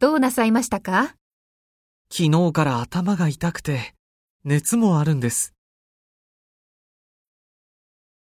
どうなさいましたか昨日から頭が痛くて、熱もあるんです。